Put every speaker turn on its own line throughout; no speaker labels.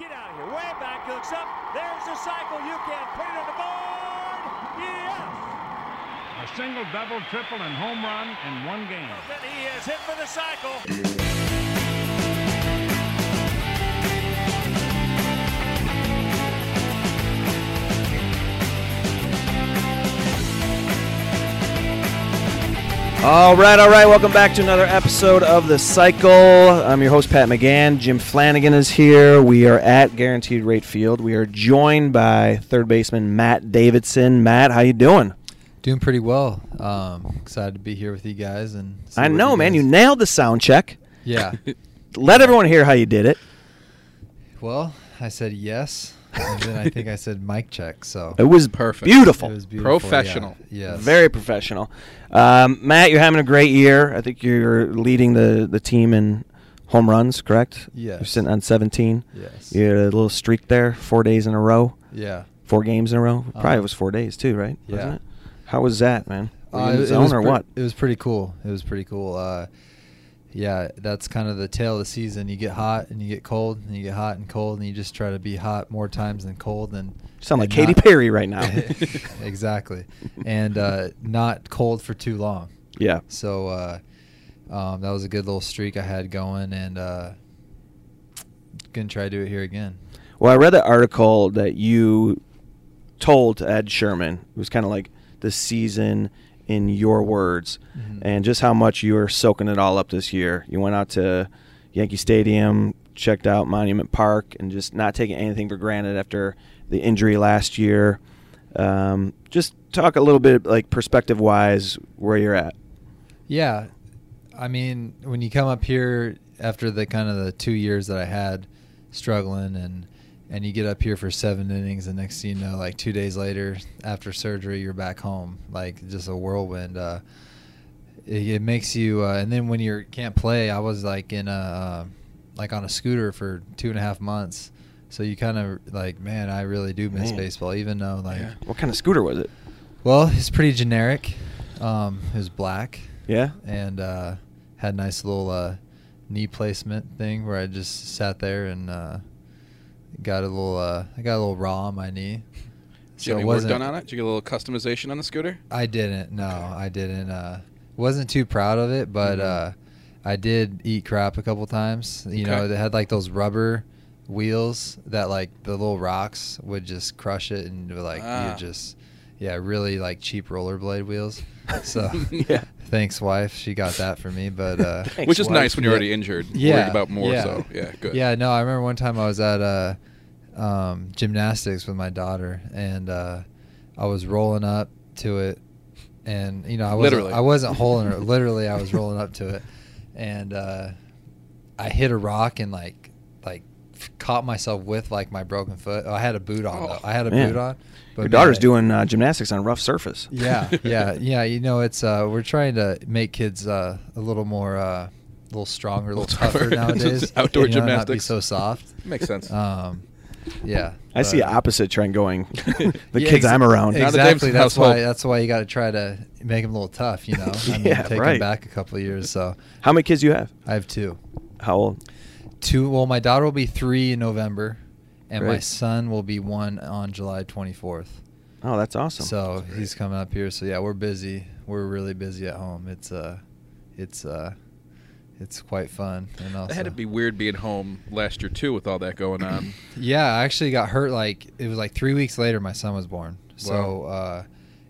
Get out of here. Way back. He looks up. There's the cycle. You can put it on the board. Yes.
A single, double, triple, and home run in one game.
And he is hit for the cycle.
All right, all right. Welcome back to another episode of The Cycle. I'm your host, Pat McGann. Jim Flanagan is here. We are at Guaranteed Rate Field. We are joined by third baseman Matt Davidson. Matt, how you doing?
Doing pretty well. Um, excited to be here with you guys and. see
I
what
know, man. You
guys-
nailed the sound check.
yeah.
Let everyone hear how you did it.
Well, I said yes, and then I think I said mic check. So
It was
Perfect.
beautiful.
it was beautiful. yeah.
Professional.
Yes.
Very professional. Um, Matt, you're having a great year. I think you're leading the, the team in home runs, correct?
Yes.
You're sitting on 17.
Yes.
You had a little streak there, four days in a row.
Yeah.
four games in a row. Probably
Uh-huh.
it was four days too, right? Wasn't
Yeah.
it? How was that, man? Were you
Uh,
in the
it- it
zone
was
or
pre-
what?
It was pretty cool. It was pretty cool. Uh, yeah, that's kind of the tail of the season. You get hot and you get cold, and you get hot and cold, and you just try to be hot more times than cold. And
You sound like
and
Katy
not-
Perry right now.
exactly, and uh, not cold for too long.
yeah.
So uh, um, that was a good little streak I had going, and uh, gonna try to do it here again.
Well, I read the article that you told Ed Sherman. It was kind of like the season in your words,
Mhm.
and just how much you were soaking it all up this year. You went out to Yankee Stadium, checked out Monument Park, and just not taking anything for granted after the injury last year. Um, just talk a little bit, like perspective wise, where you're at.
Yeah, I mean, when you come up here after the kind of the two years that I had struggling, and and you get up here for seven innings, and next thing you know, like two days later after surgery, you're back home, like just a whirlwind. Uh, it, it makes you, uh, and then when you can't play, I was like in a uh, like on a scooter for two and a half months. So you kind of like, man, I really do miss
Man.
baseball, even though like,
Yeah.
What kind of scooter was it?
well, it's pretty generic. Um, it was black
Yeah.
and uh, had a nice little uh, knee placement thing where I just sat there and uh, got a little uh, I got a little raw on my knee.
Did you have any work done on it? Did you get a little customization on the scooter?
I didn't. No, I didn't. Uh, wasn't too proud of it, but
Mm-hmm.
Mhm.
uh, I did eat crap a couple times. You know,
Okay.
they had like those rubber wheels that like the little rocks would just crush it and like
Ah.
you just yeah really like cheap rollerblade wheels. So
Yeah.
thanks, wife. She got that for me, but uh,
Thanks,
Which is
wife.
nice when you're
Yeah.
already injured.
Yeah,
Worried about more,
yeah.
so yeah, good.
Yeah, no, I remember one time I was at uh, um, gymnastics with my daughter, and uh, I was rolling up to it, and you know, I wasn't,
Literally.
I wasn't holding her. Literally, I was rolling up to it, and uh, I hit a rock and like, like f- caught myself with like my broken foot. I had a boot on.
Oh.
though. I had a
Man.
boot on.
Your daughter's
man, I-
doing uh, gymnastics on a rough surface.
yeah, yeah, yeah. You know, it's uh, we're trying to make kids uh, a little more, uh, a little stronger, a little
Little
tougher
tougher.
nowadays.
Just outdoor
you know, Not be
gymnastics.
so soft.
Makes sense.
Um, yeah.
I see
but-
an opposite trend going. the
Uh, Yeah,
kids
exa-
I'm around.
Not a
Exactly.
Jameson
That's
household.
why. That's why you got to try to make them a little tough. You know, I mean,
Yeah,
take
right.
them back a couple of years. So
How many kids do you have?
I have two.
How old?
Two. Well, my daughter will be three in November, and my
Great.
son will be one on July 24th.
Oh, that's awesome.
So he's coming up here. So yeah, we're busy. We're really busy at home. It's uh, it's uh, it's quite fun. And also,
That had to be weird being home last year too with all that going on.
Yeah, I actually got hurt. Like it was like three weeks later, my son was born. So uh,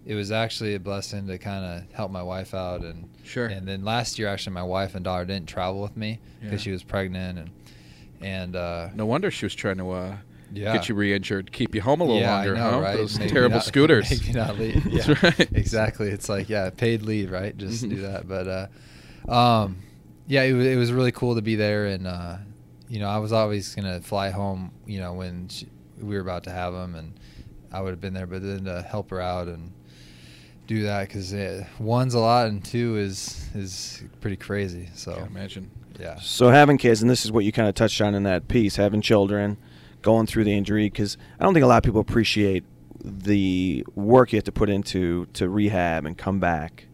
it was actually a blessing to kind of help my wife out and
Sure.
And then last year, actually, my wife and daughter didn't travel with me because
Yeah.
she was pregnant and and uh,
No wonder she was trying to uh,
yeah.
get you re-injured, keep you home a little
yeah,
longer,
I know,
huh?
right?
Those
Maybe
terrible
not-
scooters.
Maybe not leave. Yeah,
That's right.
Exactly. It's like yeah, paid leave, right? Just do
Mhm.
that. But uh, um, yeah, it was, it was really cool to be there, and uh, you know, I was always gonna fly home, you know, when she, we were about to have him, and I would have been there, but then to help her out and do that because one's a lot and two is is pretty crazy.
Can't
So
imagine.
yeah,
So having kids, and this is what you kind of touched on in that piece, having children, going through the injury, because I don't think a lot of people appreciate the work you have to put into to rehab and come back.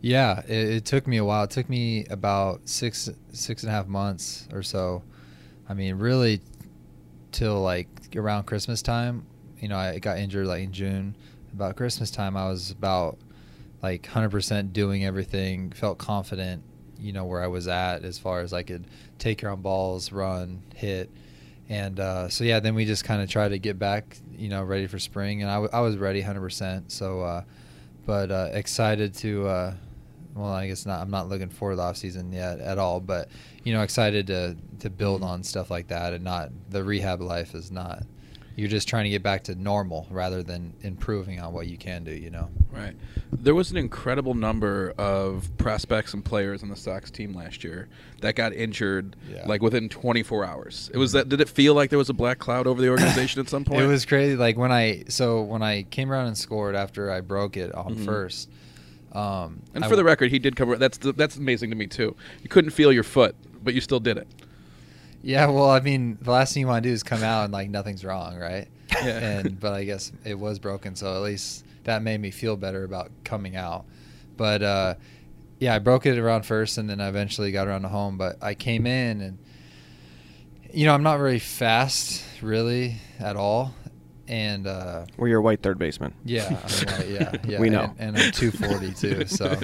Yeah, it, it took me a while. It took me about six six and a half months or so. I mean, really, until like around Christmas time. You know, I got injured like in June. About Christmas time, I was about like 100% doing everything, felt confident, you know, where I was at as far as I could take your own balls, run, hit. And uh, so, yeah, then we just kind of tried to get back, you know, ready for spring. And I, w- I was ready 100%. So, uh, but uh, excited to, uh, well, I guess not, I'm not looking forward to the offseason yet at all, but, you know, excited to, to build on stuff like that and not, the rehab life is not, you're just trying to get back to normal rather than improving on what you can do, you know?
Right. There was an incredible number of prospects and players on the Sox team last year that got injured
Yeah.
like within 24 hours. It was that. Did it feel like there was a black cloud over the organization at some point?
It was crazy. Like when I so when I came around and scored after I broke it on first. Um,
And
I-
for the record, he did cover. That's the, that's amazing to me too. You couldn't feel your foot, but you still did it.
yeah, well, I mean, the last thing you want to do is come out and like nothing's wrong, right?
Yeah.
And but I guess it was broken, so at least that made me feel better about coming out. But uh, yeah, I broke it around first, and then I eventually got around to home. But I came in and you know I'm not very fast really at all, and. Uh,
We're your white third baseman.
Yeah, I mean, like, yeah, yeah.
We know.
And, and I'm 240 too, so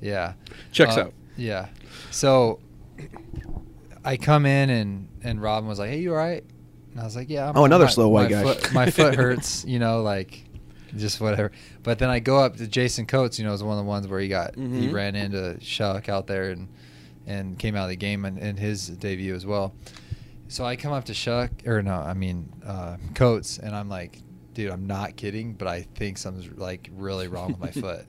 yeah.
Checks
Uh,
out.
Yeah. So I come in and and Robin was like, "Hey, you all right?" And I was like, "Yeah." I'm,
Oh, another
my-
slow white
my
guy.
Foot, my foot hurts, you know, like just whatever. But then I go up to Jason Coates, you know, is one of the ones where he got he
Mm-hmm.
Mhm.
ran into Shuck out there and and came out of the game in, in his debut as well. So I come up to Shuck, or no, I mean uh, Coates, and I'm like, dude, I'm not kidding, but I think something's like really wrong with my foot.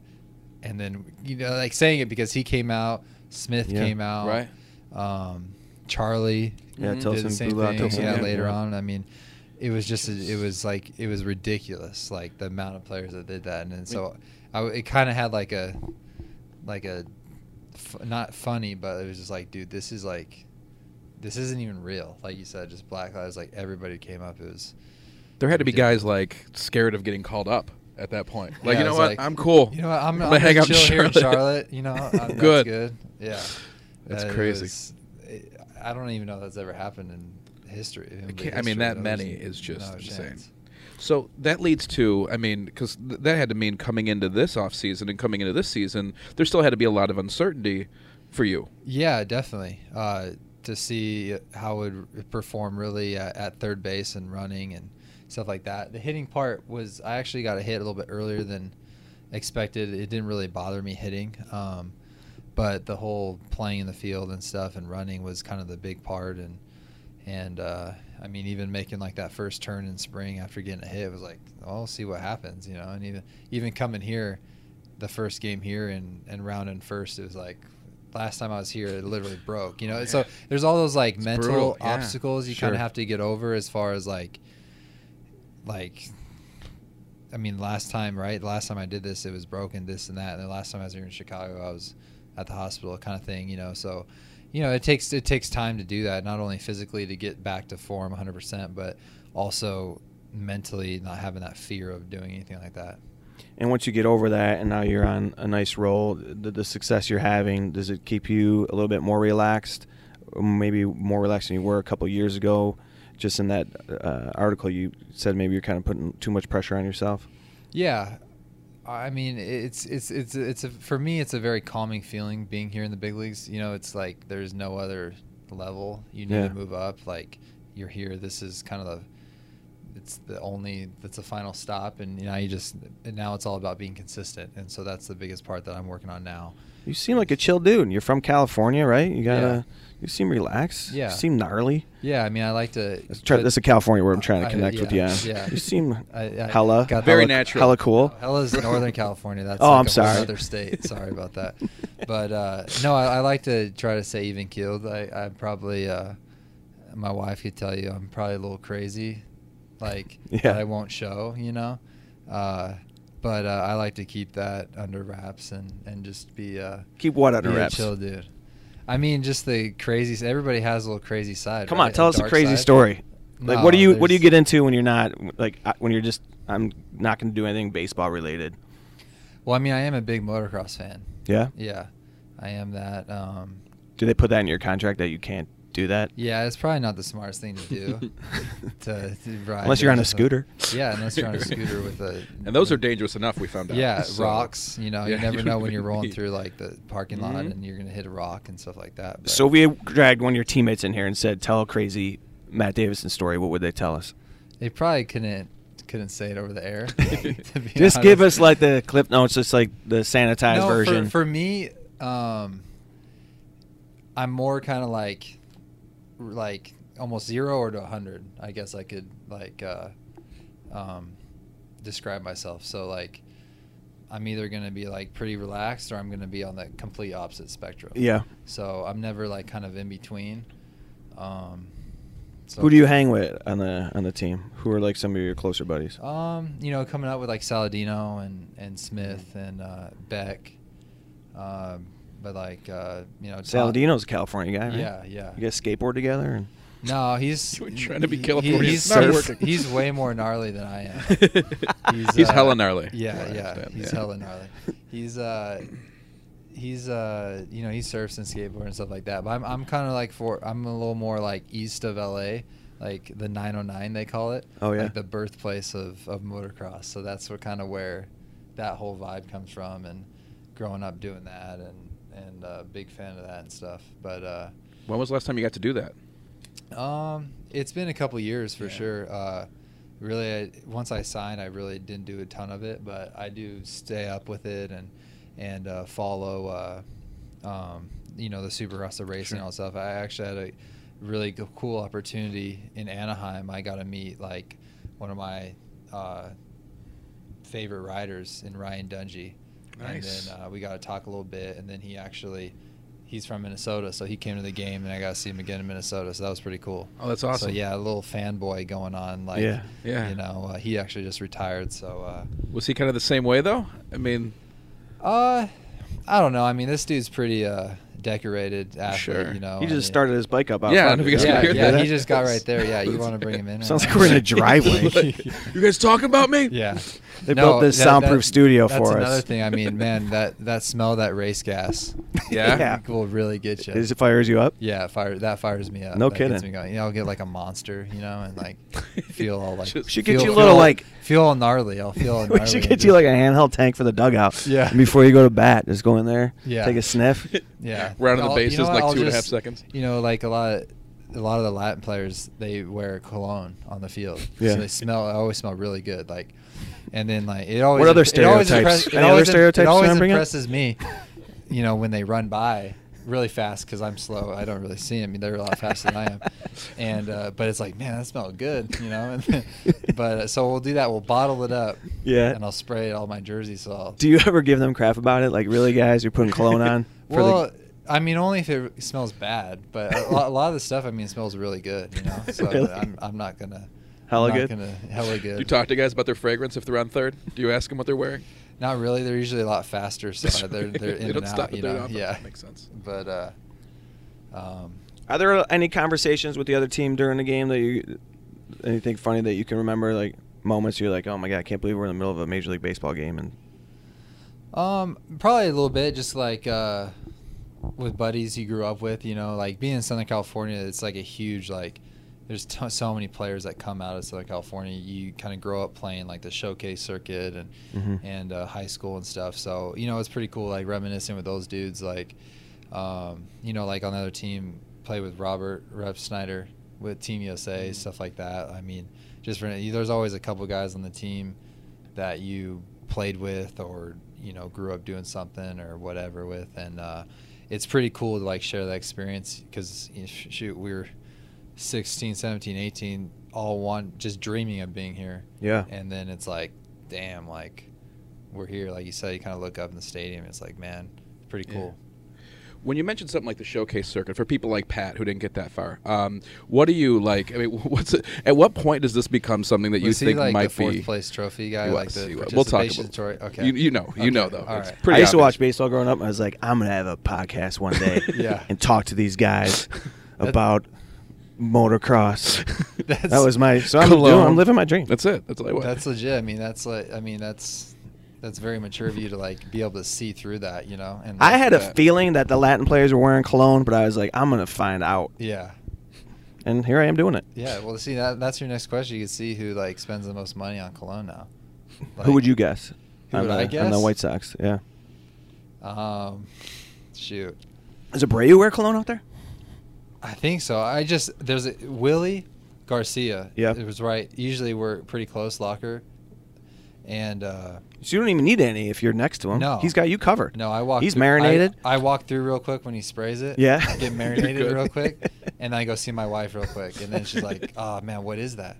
And then you know, like saying it because he came out, Smith
Yeah.
came out,
Right.
Um, Charlie
Yeah,
did Mm-hmm.
Mhm.
the
Tilson
same
blew out
thing.
Tilson.
yeah,
yeah.
later on. I mean, it was just it was like it was ridiculous, like the amount of players that did that, and then so I, it kind of had like a like a f- not funny, but it was just like, dude, this is like this isn't even real. Like you said, just black lives. Like everybody came up. It was
There had to be guys like scared of getting called up at that point.
Yeah,
Like you
it
know
was
what?
like,
I'm cool.
You know what? I'm,
gonna
I'm, gonna
hang out in
chill here in
Charlotte."
Charlotte. You know, I'm, that's
Good.
good. Yeah,
That's
Uh, it
crazy.
was- it- I don't even know that's ever happened in history. in
I
league
can't- I mean,
history.
that
There's
many is just
no
insane.
chance.
So that leads to, I mean, because th- that had to mean coming into this offseason and coming into this season, there still had to be a lot of uncertainty for you.
Yeah, definitely. Uh, to see how it would perform really at, at third base and running and stuff like that. The hitting part was I actually got a hit a little bit earlier than expected. It didn't really bother me hitting, um, but the whole playing in the field and stuff and running was kind of the big part. And and uh, I mean, even making like that first turn in spring after getting a hit was like, oh, I'll see what happens, you know. And even even coming here, the first game here and and round in first, it was like last time I was here, it literally broke, you know. So there's all those like mental
Oh, brutal, yeah.
obstacles you kind
Sure.
of have to get over as far as like like I mean, last time, right? Last time I did this, it was broken, this and that. And the last time I was here in Chicago, I was at the hospital, kind of thing, you know. So, you know, it takes it takes time to do that, not only physically to get back to form 100%, but also mentally not having that fear of doing anything like that.
And once you get over that, and now you're on a nice roll, the, the success you're having, does it keep you a little bit more relaxed? Or Maybe more relaxed than you were a couple years ago? Just in that uh, article, you said maybe you're kind of putting too much pressure on yourself.
Yeah, I mean, it's it's it's it's a, for me, it's a very calming feeling being here in the big leagues. You know, it's like there's no other level. You need
Yeah.
to move up. Like you're here. This is kind of the it's the only that's the final stop, and now you just and now it's all about being consistent, and so that's the biggest part that I'm working on now.
You seem like a chill dude. You're from California, right? You gotta. You seem relaxed.
Yeah.
You seem gnarly.
Yeah, I mean, I like to.
That's, try,
but-
that's a California word I'm trying
I-
to connect with you
yeah,
on.
yeah.
You seem
I- I
hella,
got
Very
hella-
natural.
hella cool.
Hella's Northern California. That's
Oh,
like
I'm
a
sorry.
Whole other state. Sorry about that. But uh, no, I, I like to try to say even keeled. I, I probably, uh, my wife could tell you, I'm probably a little crazy, like
Yeah.
that I won't show. You know, uh, but uh, I like to keep that under wraps and and just be. Uh,
Keep what under
be a
wraps?
chill dude. I mean, just the crazy. Everybody has a little crazy side.
Come
right?
on, tell us a
uh, dark
crazy
side.
story. Like,
No,
what do you what do you
there's-
get into when you're not like I- when you're just I'm not going to do anything baseball related?
Well, I mean, I am a big motocross fan.
Yeah.
Yeah, I am that. Um,
Do they put that in your contract that you can't do that.
Yeah, it's probably not the smartest thing to do. to, to ride
Unless you're on a
with
scooter.
yeah, unless you're on a scooter with a.
And those are dangerous enough. We found out.
Yeah,
So-
rocks. You know,
Yeah,
you never
you
know when you're
would
rolling
be-
through like the parking lot
Mhm.
and you're gonna hit a rock and stuff like that. but-
So if we had dragged one of your teammates in here and said, "Tell a crazy Matt Davison story." What would they tell us?
They probably couldn't couldn't say it over the air. to be
Just give
honest.
us like the clip notes, just like the sanitized
No, for-
version.
For, me, um, I'm more kind of like like almost zero or to hundred. I guess I could like uh, um, describe myself. So like. I'm either gonna be like pretty relaxed, or I'm gonna be on the complete opposite spectrum.
yeah.
So I'm never like kind of in between. Um, so
Who do you hang with on the on the team? Who are like some of your closer buddies?
Um, you know, coming out with like Saladino and and Smith and uh, Beck, um, but like uh, you know, Tom-
Saladino's a California guy, right?
Yeah, yeah.
You guys skateboard together and
No, he's
You were trying to be
he-
Californian.
He's,
It's not
he's,
working.
he's way more gnarly than I am. uh,
he's hella gnarly. from what
Yeah,
I
yeah,
understand,
he's hella gnarly. He's uh, he's uh, you know, he surfs and skateboard and stuff like that. But I'm I'm kind of like for I'm a little more like east of LA, like the 909 they call it.
Oh, yeah.
like the birthplace of of motocross. So that's what kind of where that whole vibe comes from, and growing up doing that, and and uh, big fan of that and stuff. But uh,
When was the last time you got to do that?
um, it's been a couple years for
Yeah.
sure. Uh, really, I, once I signed, I really didn't do a ton of it, but I do stay up with it and and uh, follow. Uh, um, you know the Super Rasta race
Sure.
and all that stuff. I actually had a really go- cool opportunity in Anaheim. I got to meet like one of my uh, favorite riders in Ryan Dungey.
Nice.
And then uh, we got to talk a little bit, and then he actually, he's from Minnesota, so he came to the game, and I got to see him again in Minnesota, so that was pretty cool.
Oh, that's awesome.
So yeah, a little fanboy going on, like,
Yeah.
Yeah.
you know, uh, he actually just retired, so.
Was he kind of the same way though? I mean,
Uh, uh, I don't know. I mean, this dude's pretty uh, decorated athlete,
Sure.
you know.
he
I
just
mean-
started his bike up. Out
Yeah, I
front.
don't know if you guys
Oh, Yeah,
can hear
yeah,
that.
he just got right there. Yeah, you want to bring him in?
Sounds
right
like we're in
now?
a driveway.
you guys talk about me?
Yeah.
They built this soundproof studio
that's
for us.
another thing. I mean, man, that that smell, that race gas,
Yeah?
yeah.
will really get you.
Is it fires you up?
yeah, fire that fires me up.
No
that gets
kidding.
Me going. You know, I'll get like a monster, you know, and like feel all like.
Just-
Should
feel-
get you a
feel
little
all-
like.
Feel all gnarly. I'll feel. All gnarly
We should
and
get
just-
you like a handheld tank for the dugout.
Yeah.
And Before you go to bat, just go in there.
Yeah.
Take a sniff.
Yeah.
Round of the
I'll-
bases
you know what,
like
I'll
two and a half
just-
seconds.
You know, like a lot, a lot of the Latin players, they wear cologne on the field.
Yeah.
So they smell. I always smell really good. Like, and then like it always.
What other
it always
stereotypes?
impress- it
Any other
always im-
stereotypes
It
you
always
wanna bring up?
impresses me. You know, when they run by really fast because I'm slow, I don't really see them. They're a lot faster than I am. And uh, but it's like, man, that smelled good. You know. And, but uh, so we'll do that. We'll bottle it up.
Yeah.
And I'll spray it all my jerseys. So I'll
Do you ever give them crap about it? Like, really, guys, you're putting cologne on? for the-
well, I mean, only if it smells bad. But a lot, a lot of the stuff, I mean, smells really good. You know, so
Really?
I'm, I'm not gonna.
Hella
I'm not
good?
Gonna, hella good.
Do you talk to guys about their fragrance if they're on third? Do you ask them what they're wearing?
Not really. They're usually a lot faster, so they're they're in
They don't
and
stop
out. You
at third
know,
off.
yeah.
That makes sense.
But uh, um,
Are there any conversations with the other team during the game that you, anything funny that you can remember? Like moments you're like, oh my god, I can't believe we're in the middle of a major league baseball game, and
Um, probably a little bit, just like uh, with buddies you grew up with. You know, like being in Southern California, it's like a huge like. There's t- so many players that come out of Southern California. You kind of grow up playing like the showcase circuit and
Mhm.
and uh, high school and stuff. So you know, it's pretty cool. Like reminiscing with those dudes, like um, you know, like on the other team, play with Robert Rep Snyder with Team USA, stuff like that. I mean, just for, there's always a couple guys on the team that you played with or you know grew up doing something or whatever with and uh, it's pretty cool to like share that experience because you know, sh- shoot we were 16 17 18 all one just dreaming of being here
Yeah.
and then it's like damn like we're here like you said you kind of look up in the stadium it's like man pretty
Yeah.
cool
When you mentioned something like the showcase circuit for people like Pat who didn't get that far, um, what do you like? I mean, what's it, at what point does this become something that you
Was he,
think
like
might
the fourth
be?
place trophy guy
He
like
was,
the
he was. We'll talk
participation
about it.
tro- okay
You- you know, you know, though.
all
It's
right
Pretty
I used to
obvious.
watch baseball growing up. and I was like, I'm gonna have a podcast one day,
Yeah.
and talk to these guys about motocross.
That's-
that was my so I'm, doing,
Cologne.
I'm living my dream.
That's it. That's all I want.
That's legit. I mean, that's like, I mean, that's that's very mature of you to like be able to see through that, you know. And
I had a
that.
feeling that the Latin players were wearing cologne, but I was like, I'm gonna find out.
yeah,
and here I am doing it.
Yeah, well, see, that, that's your next question. You can see who like spends the most money on cologne now.
who would you guess?
who
on
would
the,
I
On the
guess?
White Sox, yeah.
Um, shoot,
Is Abreu wear cologne out there?
I think so. I just there's a Willie Garcia.
Yeah.
it was right. Usually we're pretty close locker, and uh,
So you don't even need any if you're next to him.
No.
he's got you covered.
no, I walk.
He's
through- I-
marinated.
I, walk through real quick when he sprays it.
Yeah.
I get
You're
marinated
good.
real quick, and I go see my wife real quick, and then she's like, "Oh man, what is that?"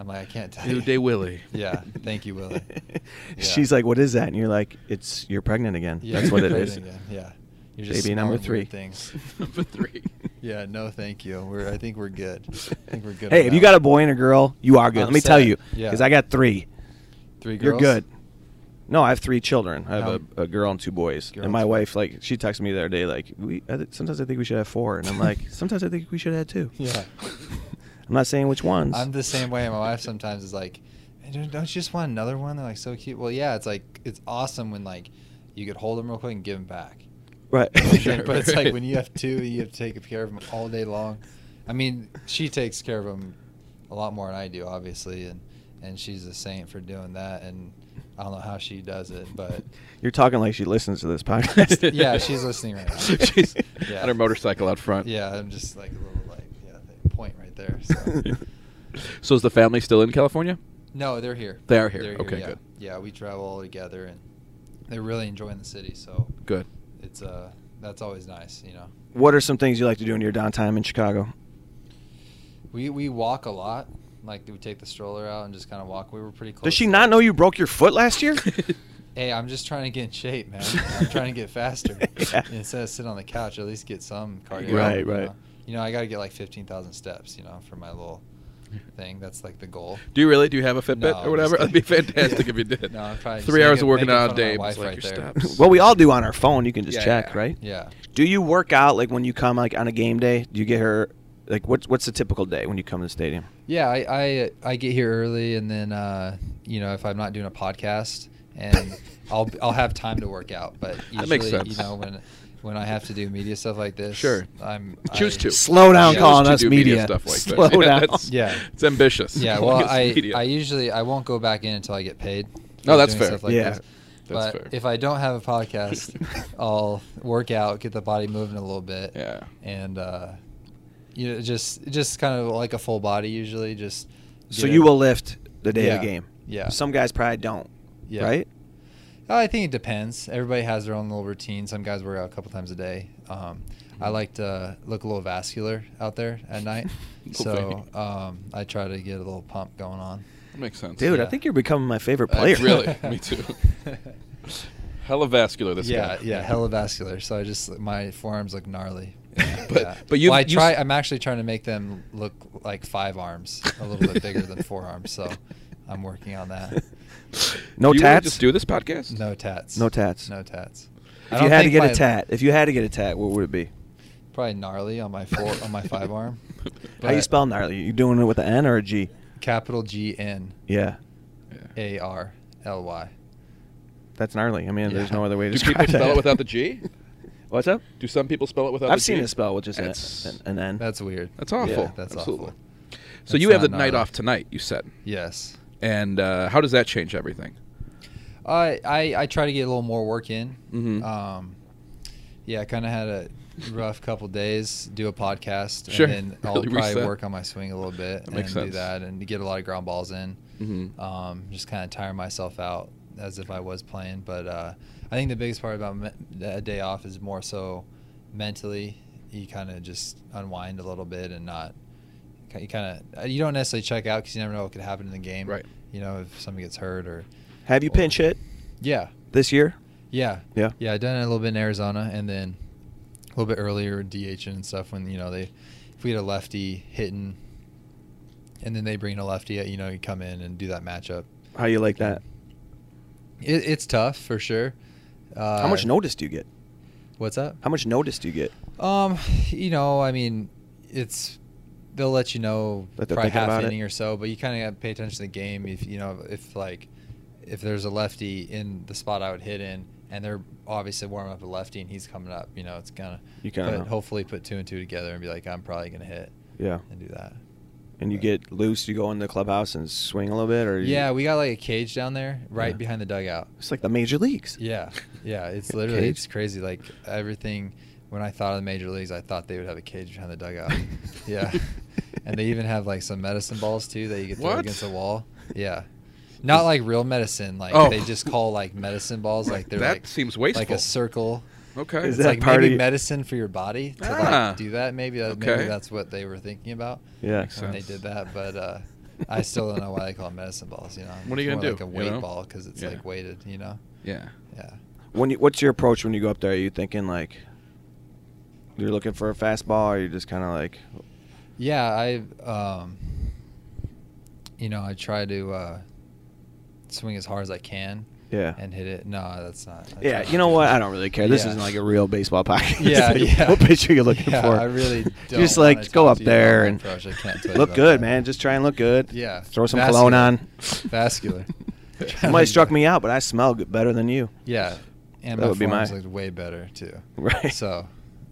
I'm like, "I can't tell
New
you."
day, Willie.
Yeah, thank you, Willie. Yeah.
She's like, "What is that?" And you're like, "It's you're pregnant again.
Yeah,
That's what
you're
it
pregnant
is."
again. Yeah, You're just
Baby number
smelling
three.
weird Things.
Number three.
Yeah, no, thank you. We're I think we're good. I think we're good.
Hey,
on
if
that
you
one.
got a boy and a girl, you are good.
I'm
Let me tell
set.
you,
Yeah.
because I got three.
3
You're
girls?
good. No, I have three children. I have
Um,
a, a girl and two boys.
girl
and
and
my
two
wife, like, she texted me the other day, like, we I th- sometimes I think we should have four, and I'm like, sometimes I think we should have two.
Yeah.
I'm not saying which ones.
I'm the same way. My wife sometimes is like, "Hey, don't, don't you just want another one? They're like so cute. Well, yeah, it's like it's awesome when like you could hold them real quick and give them back.
right.
Sure,
but it's like
right.
when you have two, you have to take care of them all day long. I mean, she takes care of them a lot more than I do, obviously, and and she's a saint for doing that. And I don't know how she does it, but
You're talking like she listens to this podcast.
Yeah, she's listening right now.
she's
Yeah.
on her motorcycle out front.
yeah, I'm just like a little like yeah, the point right there. So.
So is the family still in California?
No, they're here.
They are here.
They're
Okay,
yeah.
good.
Yeah, we travel all together, and they're really enjoying the city. So
Good.
it's uh, that's always nice, you know.
what are some things you like to do in your downtime in Chicago?
We we walk a lot. Like we take the stroller out and just kind of walk. We were pretty close.
Does she
to-
not know you broke your foot last year?
Hey, I'm just trying to get in shape, man. I'm trying to get faster.
Yeah.
And Instead of sitting on the couch, at least get some cardio.
Right,
you
right.
know. You know, I got to get like fifteen thousand steps. You know, for my little thing. That's like the goal.
Do you really? Do you have a Fitbit
No,
or
I'm
whatever?
just
That'd be
kidding.
fantastic if you did.
No, I'm probably just
Three
making-
hours of working
making
out a
fun of my
day, but it's
wife
like
right
your
there.
steps.
well, we all do on our phone. You can just
Yeah,
check,
yeah.
right?
Yeah.
Do you work out like when you come like on a game day? Do you get her like what's what's the typical day when you come to the stadium?
Yeah, I, I I get here early, and then uh, you know if I'm not doing a podcast, and I'll I'll have time to work out. But usually,
That makes sense.
you know when when I have to do media stuff like this,
Sure.
I'm
Choose
I-
to.
Slow down
Choose
calling
to
us
do
media.
stuff like
Slow
that.
down.
that's-
Yeah.
it's ambitious.
Yeah,
calling
well,
us
I
media.
I usually I won't go back in until I get paid. for
No, that's
doing
fair.
stuff like
Yeah.
this.
That's
but
fair.
if I don't have a podcast, I'll work out, get the body moving a little bit.
yeah.
and uh, you know, just just kind of like a full body usually. Just
So
get
you
it-
will lift the day of the
Yeah.
game.
Yeah.
Some guys probably don't.
Yeah.
Right?
Oh, I think it depends. Everybody has their own little routine. Some guys work out a couple times a day. Um, I
Mm-hmm.
like to look a little vascular out there at night, so
Okay.
um, I try to get a little pump going on.
That makes sense.
Dude, I
Yeah.
think you're becoming my favorite
Uh,
player.
really? Me too. Hella vascular, this
yeah,
guy.
yeah, hella vascular. So I just my forearms look gnarly.
But- but you-
Well, I
you-
try. I'm actually trying to make them look like five arms, a little bit bigger than four arms. So I'm working on that.
No
you really
tats.
just do this podcast?
No tats.
No tats.
No tats. I
If you
don't
had to
think
get
my-
a tat, if you had to get a tat, what would it be?
Probably gnarly on my four on my five arm.
How you
But-
spell gnarly? You doing it with an N or a G?
Capital G N
Yeah.
Yeah.
A R L Y.
That's gnarly. I mean, there's
Yeah.
no other way to
Do
describe
people spell
that.
it without the G?
What's up?
Do some people spell it without
I've
the
seen
G?
it spelled with just an,
That's-
an, an N.
That's weird.
That's awful.
Yeah, that's
Absolutely.
awful.
So
That's
you have the
not
night
gnarly.
off tonight, you said.
Yes.
And uh, how does that change everything?
I I, I try to get a little more work in.
Mhm.
Um, yeah, I kind of had a rough couple days. Do a podcast,
Sure.
and then I'll
Really
probably
reset.
work on my swing a little bit
That
and
makes
do
sense.
that, and get a lot of ground balls in.
Mhm.
Um, just kind of tire myself out as if I was playing. But uh, I think the biggest part about me- a day off is more so mentally. You kind of just unwind a little bit and not. You kind of you don't necessarily check out because you never know what could happen in the game.
Right.
You know if somebody gets hurt or.
Have you
Well-
pinch hit
Yeah.
this year?
Yeah.
Yeah.
Yeah, I done it a little bit in Arizona and then a little bit earlier DH and stuff when you know they if we had a lefty hitting and then they bring in a lefty, you know, you come in and do that matchup.
How you like that?
It, it's tough for sure. Uh,
How much notice do you get?
What's up?
How much notice do you get?
Um, you know, I mean, it's they'll let you know
That they're
probably
thinking
half
about it?
inning or so, but you kind of got to pay attention to the game. If you know, if like if there's a lefty in the spot I would hit in, and they're obviously warming up a lefty and he's coming up, you know, it's kind of
You kinda know.
hopefully put two and two together and be like, I'm probably gonna hit.
Yeah.
and do that.
And you get loose, you go in the clubhouse and swing a little bit, or you-
Yeah, we got like a cage down there right
Yeah.
behind the dugout.
it's like the major leagues.
Yeah, yeah. It's
A
literally
cage?
it's crazy. Like everything. When I thought of the major leagues, I thought they would have a cage behind the dugout. yeah, and they even have like some medicine balls too that you could throw
What?
against the wall. Yeah, not like real medicine. Like
Oh.
they just call like medicine balls. Like they're
That
like
seems
Like
wasteful.
a circle.
Okay.
Is
it's
that
like
part of
maybe
y-
medicine for your body to
Ah.
like do that. Maybe that,
Okay.
maybe that's what they were thinking about.
Yeah.
Makes
when they did
sense.
that, but uh, I still don't know why they call them medicine balls. You know,
What are you
It's
gonna
more
do,
Like a
you
weight
know?
ball because it's
Yeah.
like weighted. You know,
Yeah.
yeah.
When you, what's your approach when you go up there? Are you thinking like you're looking for a fastball, or you're just kind of like,
Yeah, I, um, you know, I try to uh, swing as hard as I can
yeah,
and hit it. No, that's not. I
yeah.
try
You know
not
what?
to.
I don't really care. This
Yeah.
isn't like a real baseball podcast.
Yeah,
Like,
yeah.
What pitch are you looking
Yeah,
for?
I really don't
just
wanna
like go
talk
up
to you about
there
my
and
approach. I can't tell you
look
about
good,
that.
man. Just try and look good.
Yeah.
Throw some
Vascular.
cologne on.
Vascular.
Somebody struck me out, but I smell good, better than you.
Yeah, and
That
my
would be
form's
my-
looked way better too.
Right.
So,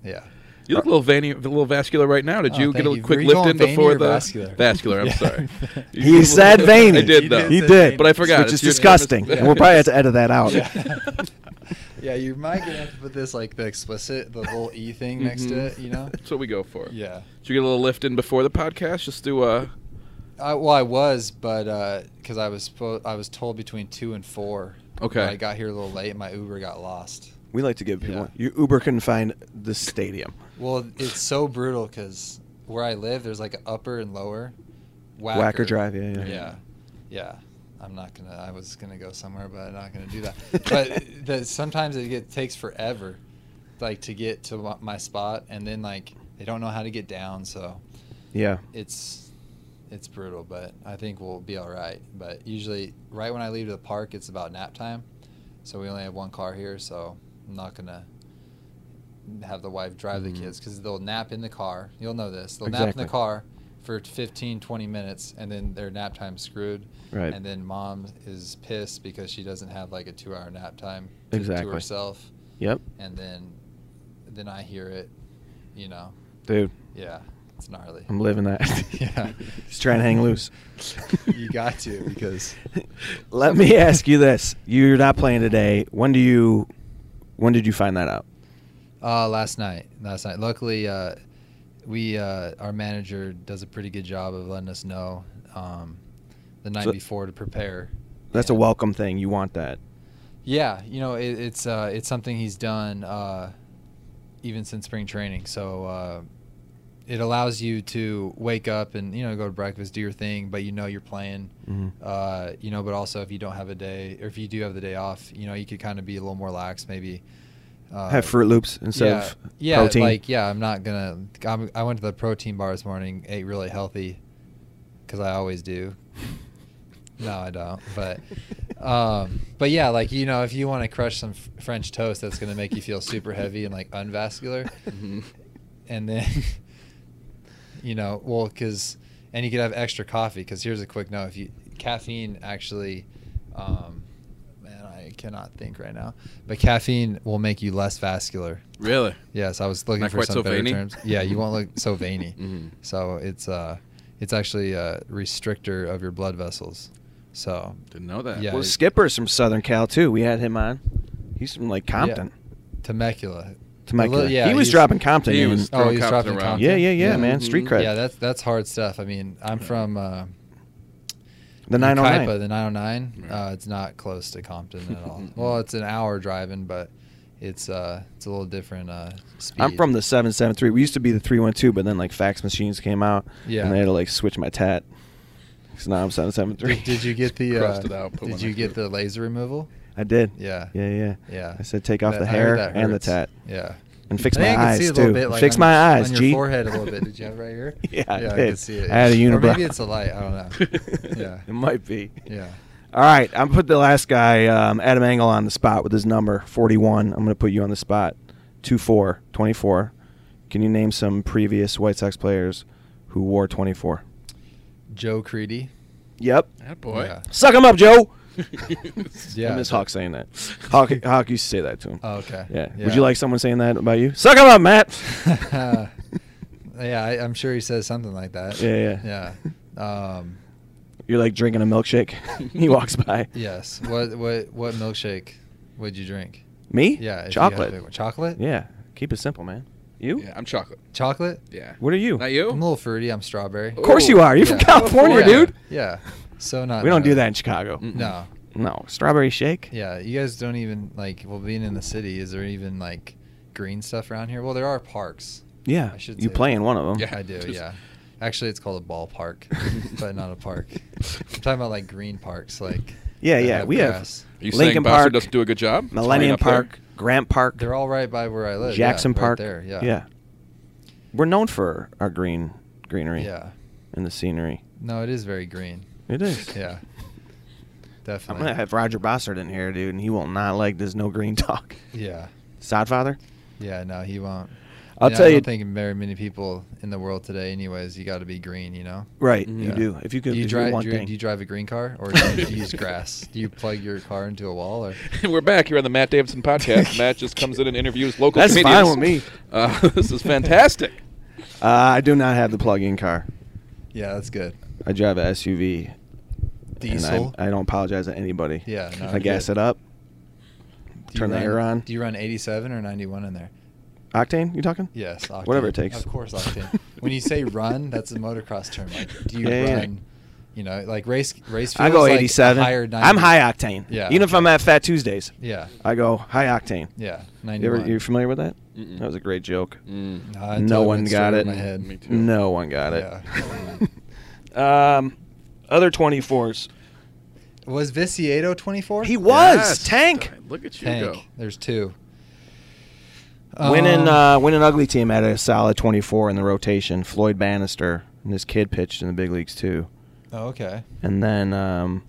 yeah.
You
Uh,
look a little veiny, a little vascular right now. Did
Oh,
you
thank
get a
you.
quick
Were you
lift
going
in
veiny
before
or
the
vascular?
Vascular, I'm
Yeah.
sorry.
He
You-
said veiny.
I did
He
though.
did
He
say
did,
veiny.
But I forgot.
which is
It's your name.
disgusting.
Yeah.
And we'll probably have to edit that out.
Yeah. Yeah, you might gonna have to put this like the explicit, the little e thing next to
Mhm.
it. You know.
That's what we go for.
Yeah.
Did you get a little lift in before the podcast? Just uh, do a.
I, well, I was, but because I was spo- I was told between two and four.
Okay.
But I got here a little late. and My Uber got lost.
We like to give people.
Yeah.
You Uber couldn't find the stadium.
Well, it's so brutal because where I live, there's like an upper and lower. Whacker,
Whacker Drive, yeah, yeah.
Yeah. Yeah. I'm not gonna. I was gonna go somewhere, but I'm not gonna do that. but the, sometimes it get, takes forever, like to get to my- my spot, and then like they don't know how to get down, so
Yeah.
it's it's brutal, but I think we'll be all right. But usually, right when I leave to the park, it's about nap time, so we only have one car here, so I'm not gonna have the wife drive the kids because they'll nap in the car. You'll know this. They'll nap in
Mm-hmm. Exactly.
the car for 15, 20 minutes, and then their nap time's screwed.
Right.
And then mom is pissed because she doesn't have like a two-hour nap time to,
Exactly.
to herself,
Yep.
and then then I hear it, you know.
Dude,
Yeah, it's gnarly.
I'm living that.
Yeah.
Just trying to hang loose.
You got to, because-
Let me ask you this: You're not playing today. When do you? When did you find that out?
Uh, last night. Last night. Luckily, uh, we uh, our manager does a pretty good job of letting us know um, the night
So-
before to prepare.
That's a
And-
welcome thing. You want that?
Yeah, you know it, it's uh, it's something he's done uh, even since spring training. So uh, it allows you to wake up and you know go to breakfast, do your thing, but you know you're playing.
Mhm.
Uh, you know, but also if you don't have a day or if you do have the day off, you know you could kind of be a little more lax, maybe. Uh,
Have Fruit Loops instead
yeah,
of
yeah,
protein.
like yeah, I'm not gonna. I'm, I went to the protein bar this morning, ate really healthy, because I always do. No, I don't. But, um, but yeah, like you know, if you want to crush some f- French toast, that's gonna make you feel super heavy and like unvascular,
Mm-hmm.
Mhm.
and then, you know, well, because and you could have extra coffee. Because here's a quick note: if you caffeine actually, um, man, I cannot think right now, but caffeine will make you less vascular.
Really?
Yes, I was looking
Not
for
quite
some
so
better
veiny?
terms. Yeah, you won't look so veiny.
Mhm.
So it's uh, it's actually a restrictor of your blood vessels. So
Didn't know that.
Yeah.
well, Skipper's from Southern Cal too. We had him on. He's from like
Yeah.
Compton.
Temecula.
Temecula.
Well, yeah,
he was
he's-
dropping Compton.
He
in-
was
Oh,
throwing
he's
Compton
dropping
around.
Compton.
yeah, yeah, yeah,
Yeah. Mm-hmm.
man. Street
Mhm.
cred.
Yeah, that's that's hard stuff. I mean, I'm from uh,
the 909.
Yucaipa, the 909.
Right. Mm-hmm.
Uh, it's not close to Compton at all. well, it's an hour driving, but it's uh, it's a little different uh, speed.
I'm from the 773. We used to be the 312, but then like fax machines came out.
Yeah.
And they had to like switch my tat. Because now I'm 773.
Did, did you get the?
Crossed it
Uh,
out, put one
did you
next to
get
it.
the laser removal?
I did.
Yeah.
Yeah, yeah.
Yeah.
I said take off
That-
the
I heard
hair
that
and the
hurts.
tat.
Yeah.
And fix
I think
my
I can see
eyes
a little
too.
bit, like,
fix
on
my
your-
eyes,
on your
G.
forehead a little bit. Did you have it right here?
Yeah, I
yeah, I
did.
can see it.
I had a
Or
unibrow.
maybe it's a light. I don't know. Yeah.
It might be.
Yeah.
All right, I'm put the last guy, um, Adam Engel, on the spot with his number 41. I'm going to put you on the spot. 24, 24. Can you name some previous White Sox players who wore 24?
Joe Creedy.
Yep.
That boy.
Yeah.
Suck him up, Joe.
Yeah.
I miss
but-
Hawk saying that. Hawk, Hawk used to say that to him.
Oh, okay.
yeah. Would you like someone saying that about you? Suck him up, Matt.
yeah, I, I'm sure he says something like that.
Yeah, yeah.
yeah. Um,
You're like drinking a milkshake. he walks by.
yes. What what what milkshake would you drink?
Me?
Yeah, if you had to
Chocolate.
pick one. Chocolate.
Yeah. Keep it simple, man. You?
Yeah, I'm chocolate.
Chocolate.
Yeah.
What are you?
Not you?
I'm a little fruity. I'm strawberry.
Of course
Ooh.
you are. You're from
Yeah.
California,
yeah.
dude.
Yeah. So not.
We don't do
no.
that in Chicago.
No.
No. Strawberry shake.
Yeah, you guys don't even like. Well, being in the city, is there even like green stuff around here? Well, there are parks.
Yeah.
I should
You
say
play
that.
in one of them.
Yeah,
I do.
just-
Yeah. Actually, it's called a ballpark, but not a park. I'm talking about like green parks, like
Yeah,
that
yeah, we have-
grass.
Are you
Lincoln
saying Bowser
Park,
doesn't do a good job?
Millennium
Playing up
Park, Grant Park,
They're all right by where I live. yeah,
Jackson
right
Park.
there. Yeah.
Yeah. We're known for our green greenery.
Yeah.
And the scenery.
No, it is very green.
It is.
Yeah.
I'm
Definitely.
gonna have Roger Bossard in here, dude, and he will not like this no green talk.
Yeah.
Sodfather.
Yeah. No, he won't.
I'll
And
tell
I
you-
don't think very many people in the world today, anyways. You got to be green, you know.
Right. You
Yeah.
do. If you could
Do Mm-hmm. you
if
drive?
one
do,
thing.
you, do you drive a green car, or do you use grass? Do you plug your car into a wall, or
And We're back here on the Matt Davidson podcast. Matt just comes in and interviews local
That's
comedians.
fine with me.
Uh, this is fantastic.
uh, I do not have the plug in car.
yeah, that's good.
I drive a SUV.
Diesel?
And I, I don't apologize to anybody.
Yeah, no,
I
you're
gas
good.
it up.
Do you
Turn the
run-
air on.
Do you run 87 or 91 in there?
Octane, you talking?
Yes, octane.
Whatever it takes.
Of course, octane. when you say run, that's a motocross term. Like, do you
Yeah, yeah.
run? You know, like race race.
I
feels
go
like a
87.
higher 90.
I'm high octane.
Yeah,
Even if
okay.
I'm at Fat Tuesdays,
Yeah,
I go high octane.
yeah.
You ever,
91.
you familiar with that?
Mm-mm.
That was a great joke.
Mm.
Nah, I
no
totally
one
went
got
straight
it.
in My head.
Me too.
No one got it. um, other 24s.
Was Viciato 24?
He was
Yes.
Tank
Look at you
Tank.
go.
There's two.
winning.
Um,
Uh, winning ugly team had a solid 24 in the rotation. Floyd Bannister and this kid pitched in the big leagues too.
oh, okay.
And then um,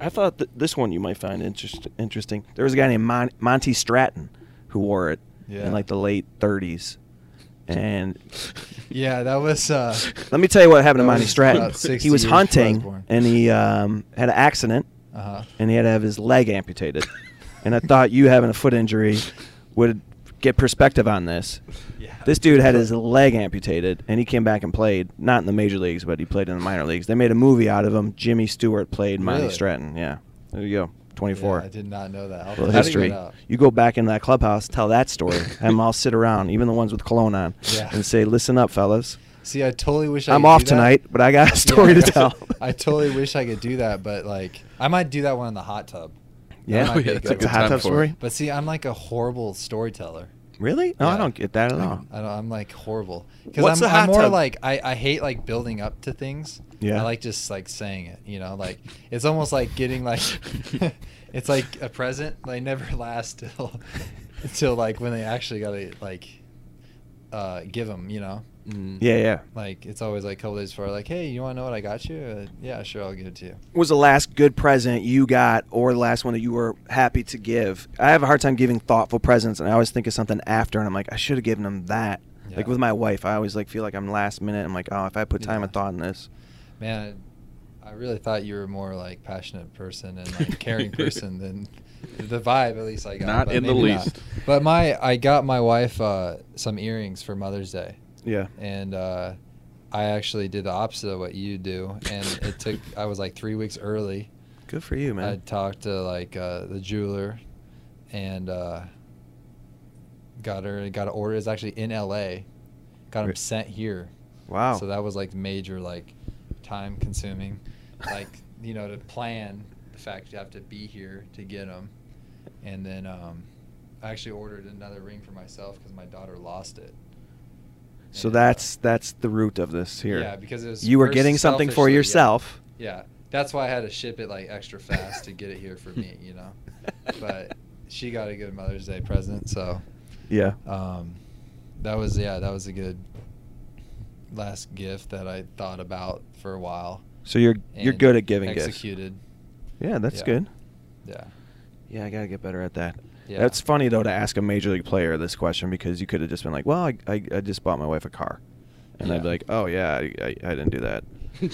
I thought that this one you might find interest- interesting. There was a guy named Mon- Monty Stratton who wore it
Yeah.
in like the late 30s. And
Yeah, that was. Uh,
let me tell you what happened to
That
Monty
was
Stratton.
about 60
He was
years before I was
hunting
born.
and he um, had an accident
uh-huh.
and he had to have his leg amputated. and I thought you having a foot injury would get perspective on this.
Yeah.
This dude had his leg amputated, and he came back and played, not in the major leagues, but he played in the minor leagues. They made a movie out of him. Jimmy Stewart played Monty
Really?
Stratton. Yeah. There you go.
Yeah,
24.
I did not know that. I'll
Little
figure it
history.
out.
You go back in that clubhouse, tell that story, and them all sit around, even the ones with cologne on,
Yeah.
and say, listen up, fellas.
See, I totally wish I
I'm
could
off
do that.
tonight, but I got a story
Yeah,
to tell.
I totally wish I could do that, but like I might do that one in the hot tub.
Yeah,
might be a
that's
good
a
one.
hot
time
tub
for it.
story.
But see, I'm like a horrible storyteller.
Really? No, I
Yeah.
don't get that at all.
I don't, I'm like horrible because
What's
I'm,
a hot
I'm more
tub?
like I, I hate like building up to things.
Yeah.
I like just like saying it. You know, like it's almost like getting like it's like a present. They never last till until like when they actually gotta like uh, give them. You know,
Mm.
Yeah, yeah.
like it's always like a couple days before. Like, hey, you want to know what I got you? Uh, yeah, sure, I'll give it to you.
What was the last good present you got or the last one that you were happy to give? I have a hard time giving thoughtful presents and I always think of something after and I'm like, I should have given them that.
Yeah.
Like with my wife, I always like feel like I'm last minute. I'm like, oh, if I put time
Yeah.
and thought in this.
Man, I really thought you were more like passionate person and like caring person than the vibe at least I got.
Not
but
in the
maybe not.
least.
But my I got my wife uh, some earrings for Mother's Day,
Yeah.
and uh, I actually did the opposite of what you do, and it took I was like three weeks early.
Good for you,
I
man.
talked to like uh, the jeweler, and uh, got her got an order. It's actually in L.A. Got
Re-
them sent here.
wow.
So that was like major, like time consuming, like you know to plan the fact you have to be here to get them, and then um, I actually ordered another ring for myself because my daughter lost it.
So
And, uh,
that's that's the root of this here.
yeah because it was
you were
first
getting something for
selfishly, yeah.
yourself.
Yeah, that's why I had to ship it like extra fast to get it here for me, you know. But she got a good Mother's Day present, so
Yeah.
um, that was yeah that was a good last gift that I thought about for a while.
So you're you're
and
good at giving gifts.
executed.
Yeah, that's
Yeah.
good.
Yeah.
Yeah, I gotta get better at that.
Yeah.
That's funny though to ask a major league player this question because you could have just been like, "Well, I, I, I just bought my wife a car," and I'd be
Yeah.
like, "Oh yeah, I, I, I didn't do that."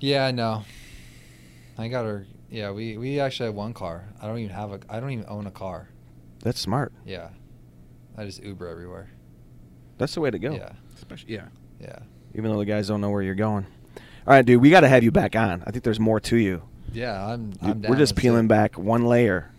Yeah, I know. I got her. Yeah, we we actually had one car. I don't even have a. I don't even own a car.
That's smart.
Yeah, I just Uber everywhere.
That's the way to go.
Yeah.
Especially, yeah.
Yeah.
Even though the guys don't know where you're going. All right, dude, we got to have you back on. I think there's more to you.
Yeah. I'm. I'm down.
We're just
Let's
peeling
do-
back one layer.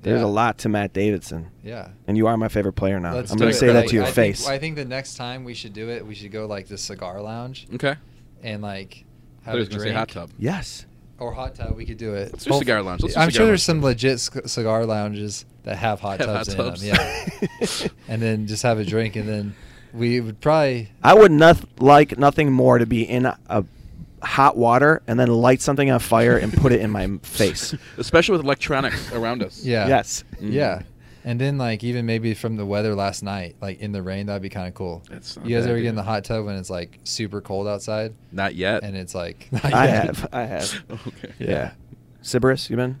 There's
Yeah.
a lot to Matt Davidson,
Yeah.
and you are my favorite player now.
Let's
I'm
do
going
it.
to say that
Like,
to your
I think-
face.
I think the next time we should do it, we should go like the cigar lounge
Okay.
and like
I
have
was
a
gonna
drink
say hot tub.
yes.
or hot tub. We could do it.
Let's do cigar lounge. Let's do
I'm
cigar
sure there's
lounge.
some legit sc- cigar lounges that have hot
Have hot
tubs in
tubs.
them. Yeah. and then just have a drink, and then we would probably
I would not like nothing more to be in a, hot water and then light something on fire and put it in my face.
Especially with electronics around us.
yeah
Yes.
Mm-hmm.
yeah. And then, like, even maybe from the weather last night, like in the rain, that'd be kind of cool.
That's not
you guys
bad,
ever get in
dude.
the hot tub when it's like super cold outside
Not yet.
and it's like
I have. I have.
okay.
Yeah. Sybaris, you been?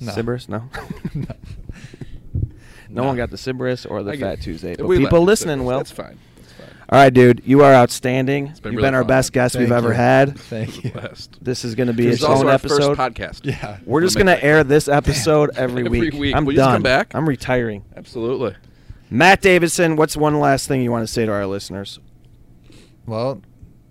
No.
Sybaris? No.
No.
No, one got the Sybaris or the
I get-
Fat Tuesday. But
We
people
left it.
listening will.
That's fine. That's fine.
All right, dude. You are outstanding.
been
You've
really
been our
fun.
best guest we've
Thank
ever
you.
had.
Thank you.
Blessed.
This is going to be
This
its
is also
own
our
episode.
first podcast.
Yeah.
We're just
We'll
going
make
to air this episode every
Every
week.
week.
I'm
Will you just
done.
come back?
I'm retiring.
Absolutely.
Matt Davidson, what's one last thing you want to say to our listeners?
Well,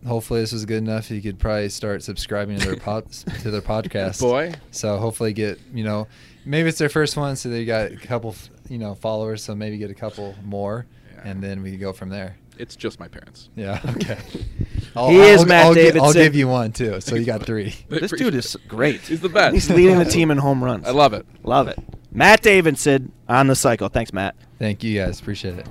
hopefully this was good enough. You could probably start subscribing to their pod, to their podcast.
Boy.
So hopefully get you know maybe it's their first one, so they got a couple you know followers, so maybe get a couple more,
Yeah.
and then we could go from there.
It's just my parents.
Yeah. Okay.
He is Matt
I'll gi- I'll
Davidson.
give you one too, so you got three.
I
This
appreciate
dude is
it.
great.
He's the best.
He's leading the team in home runs.
I love it.
Love it. Matt Davidson on the cycle. Thanks, Matt.
Thank you guys. Appreciate it.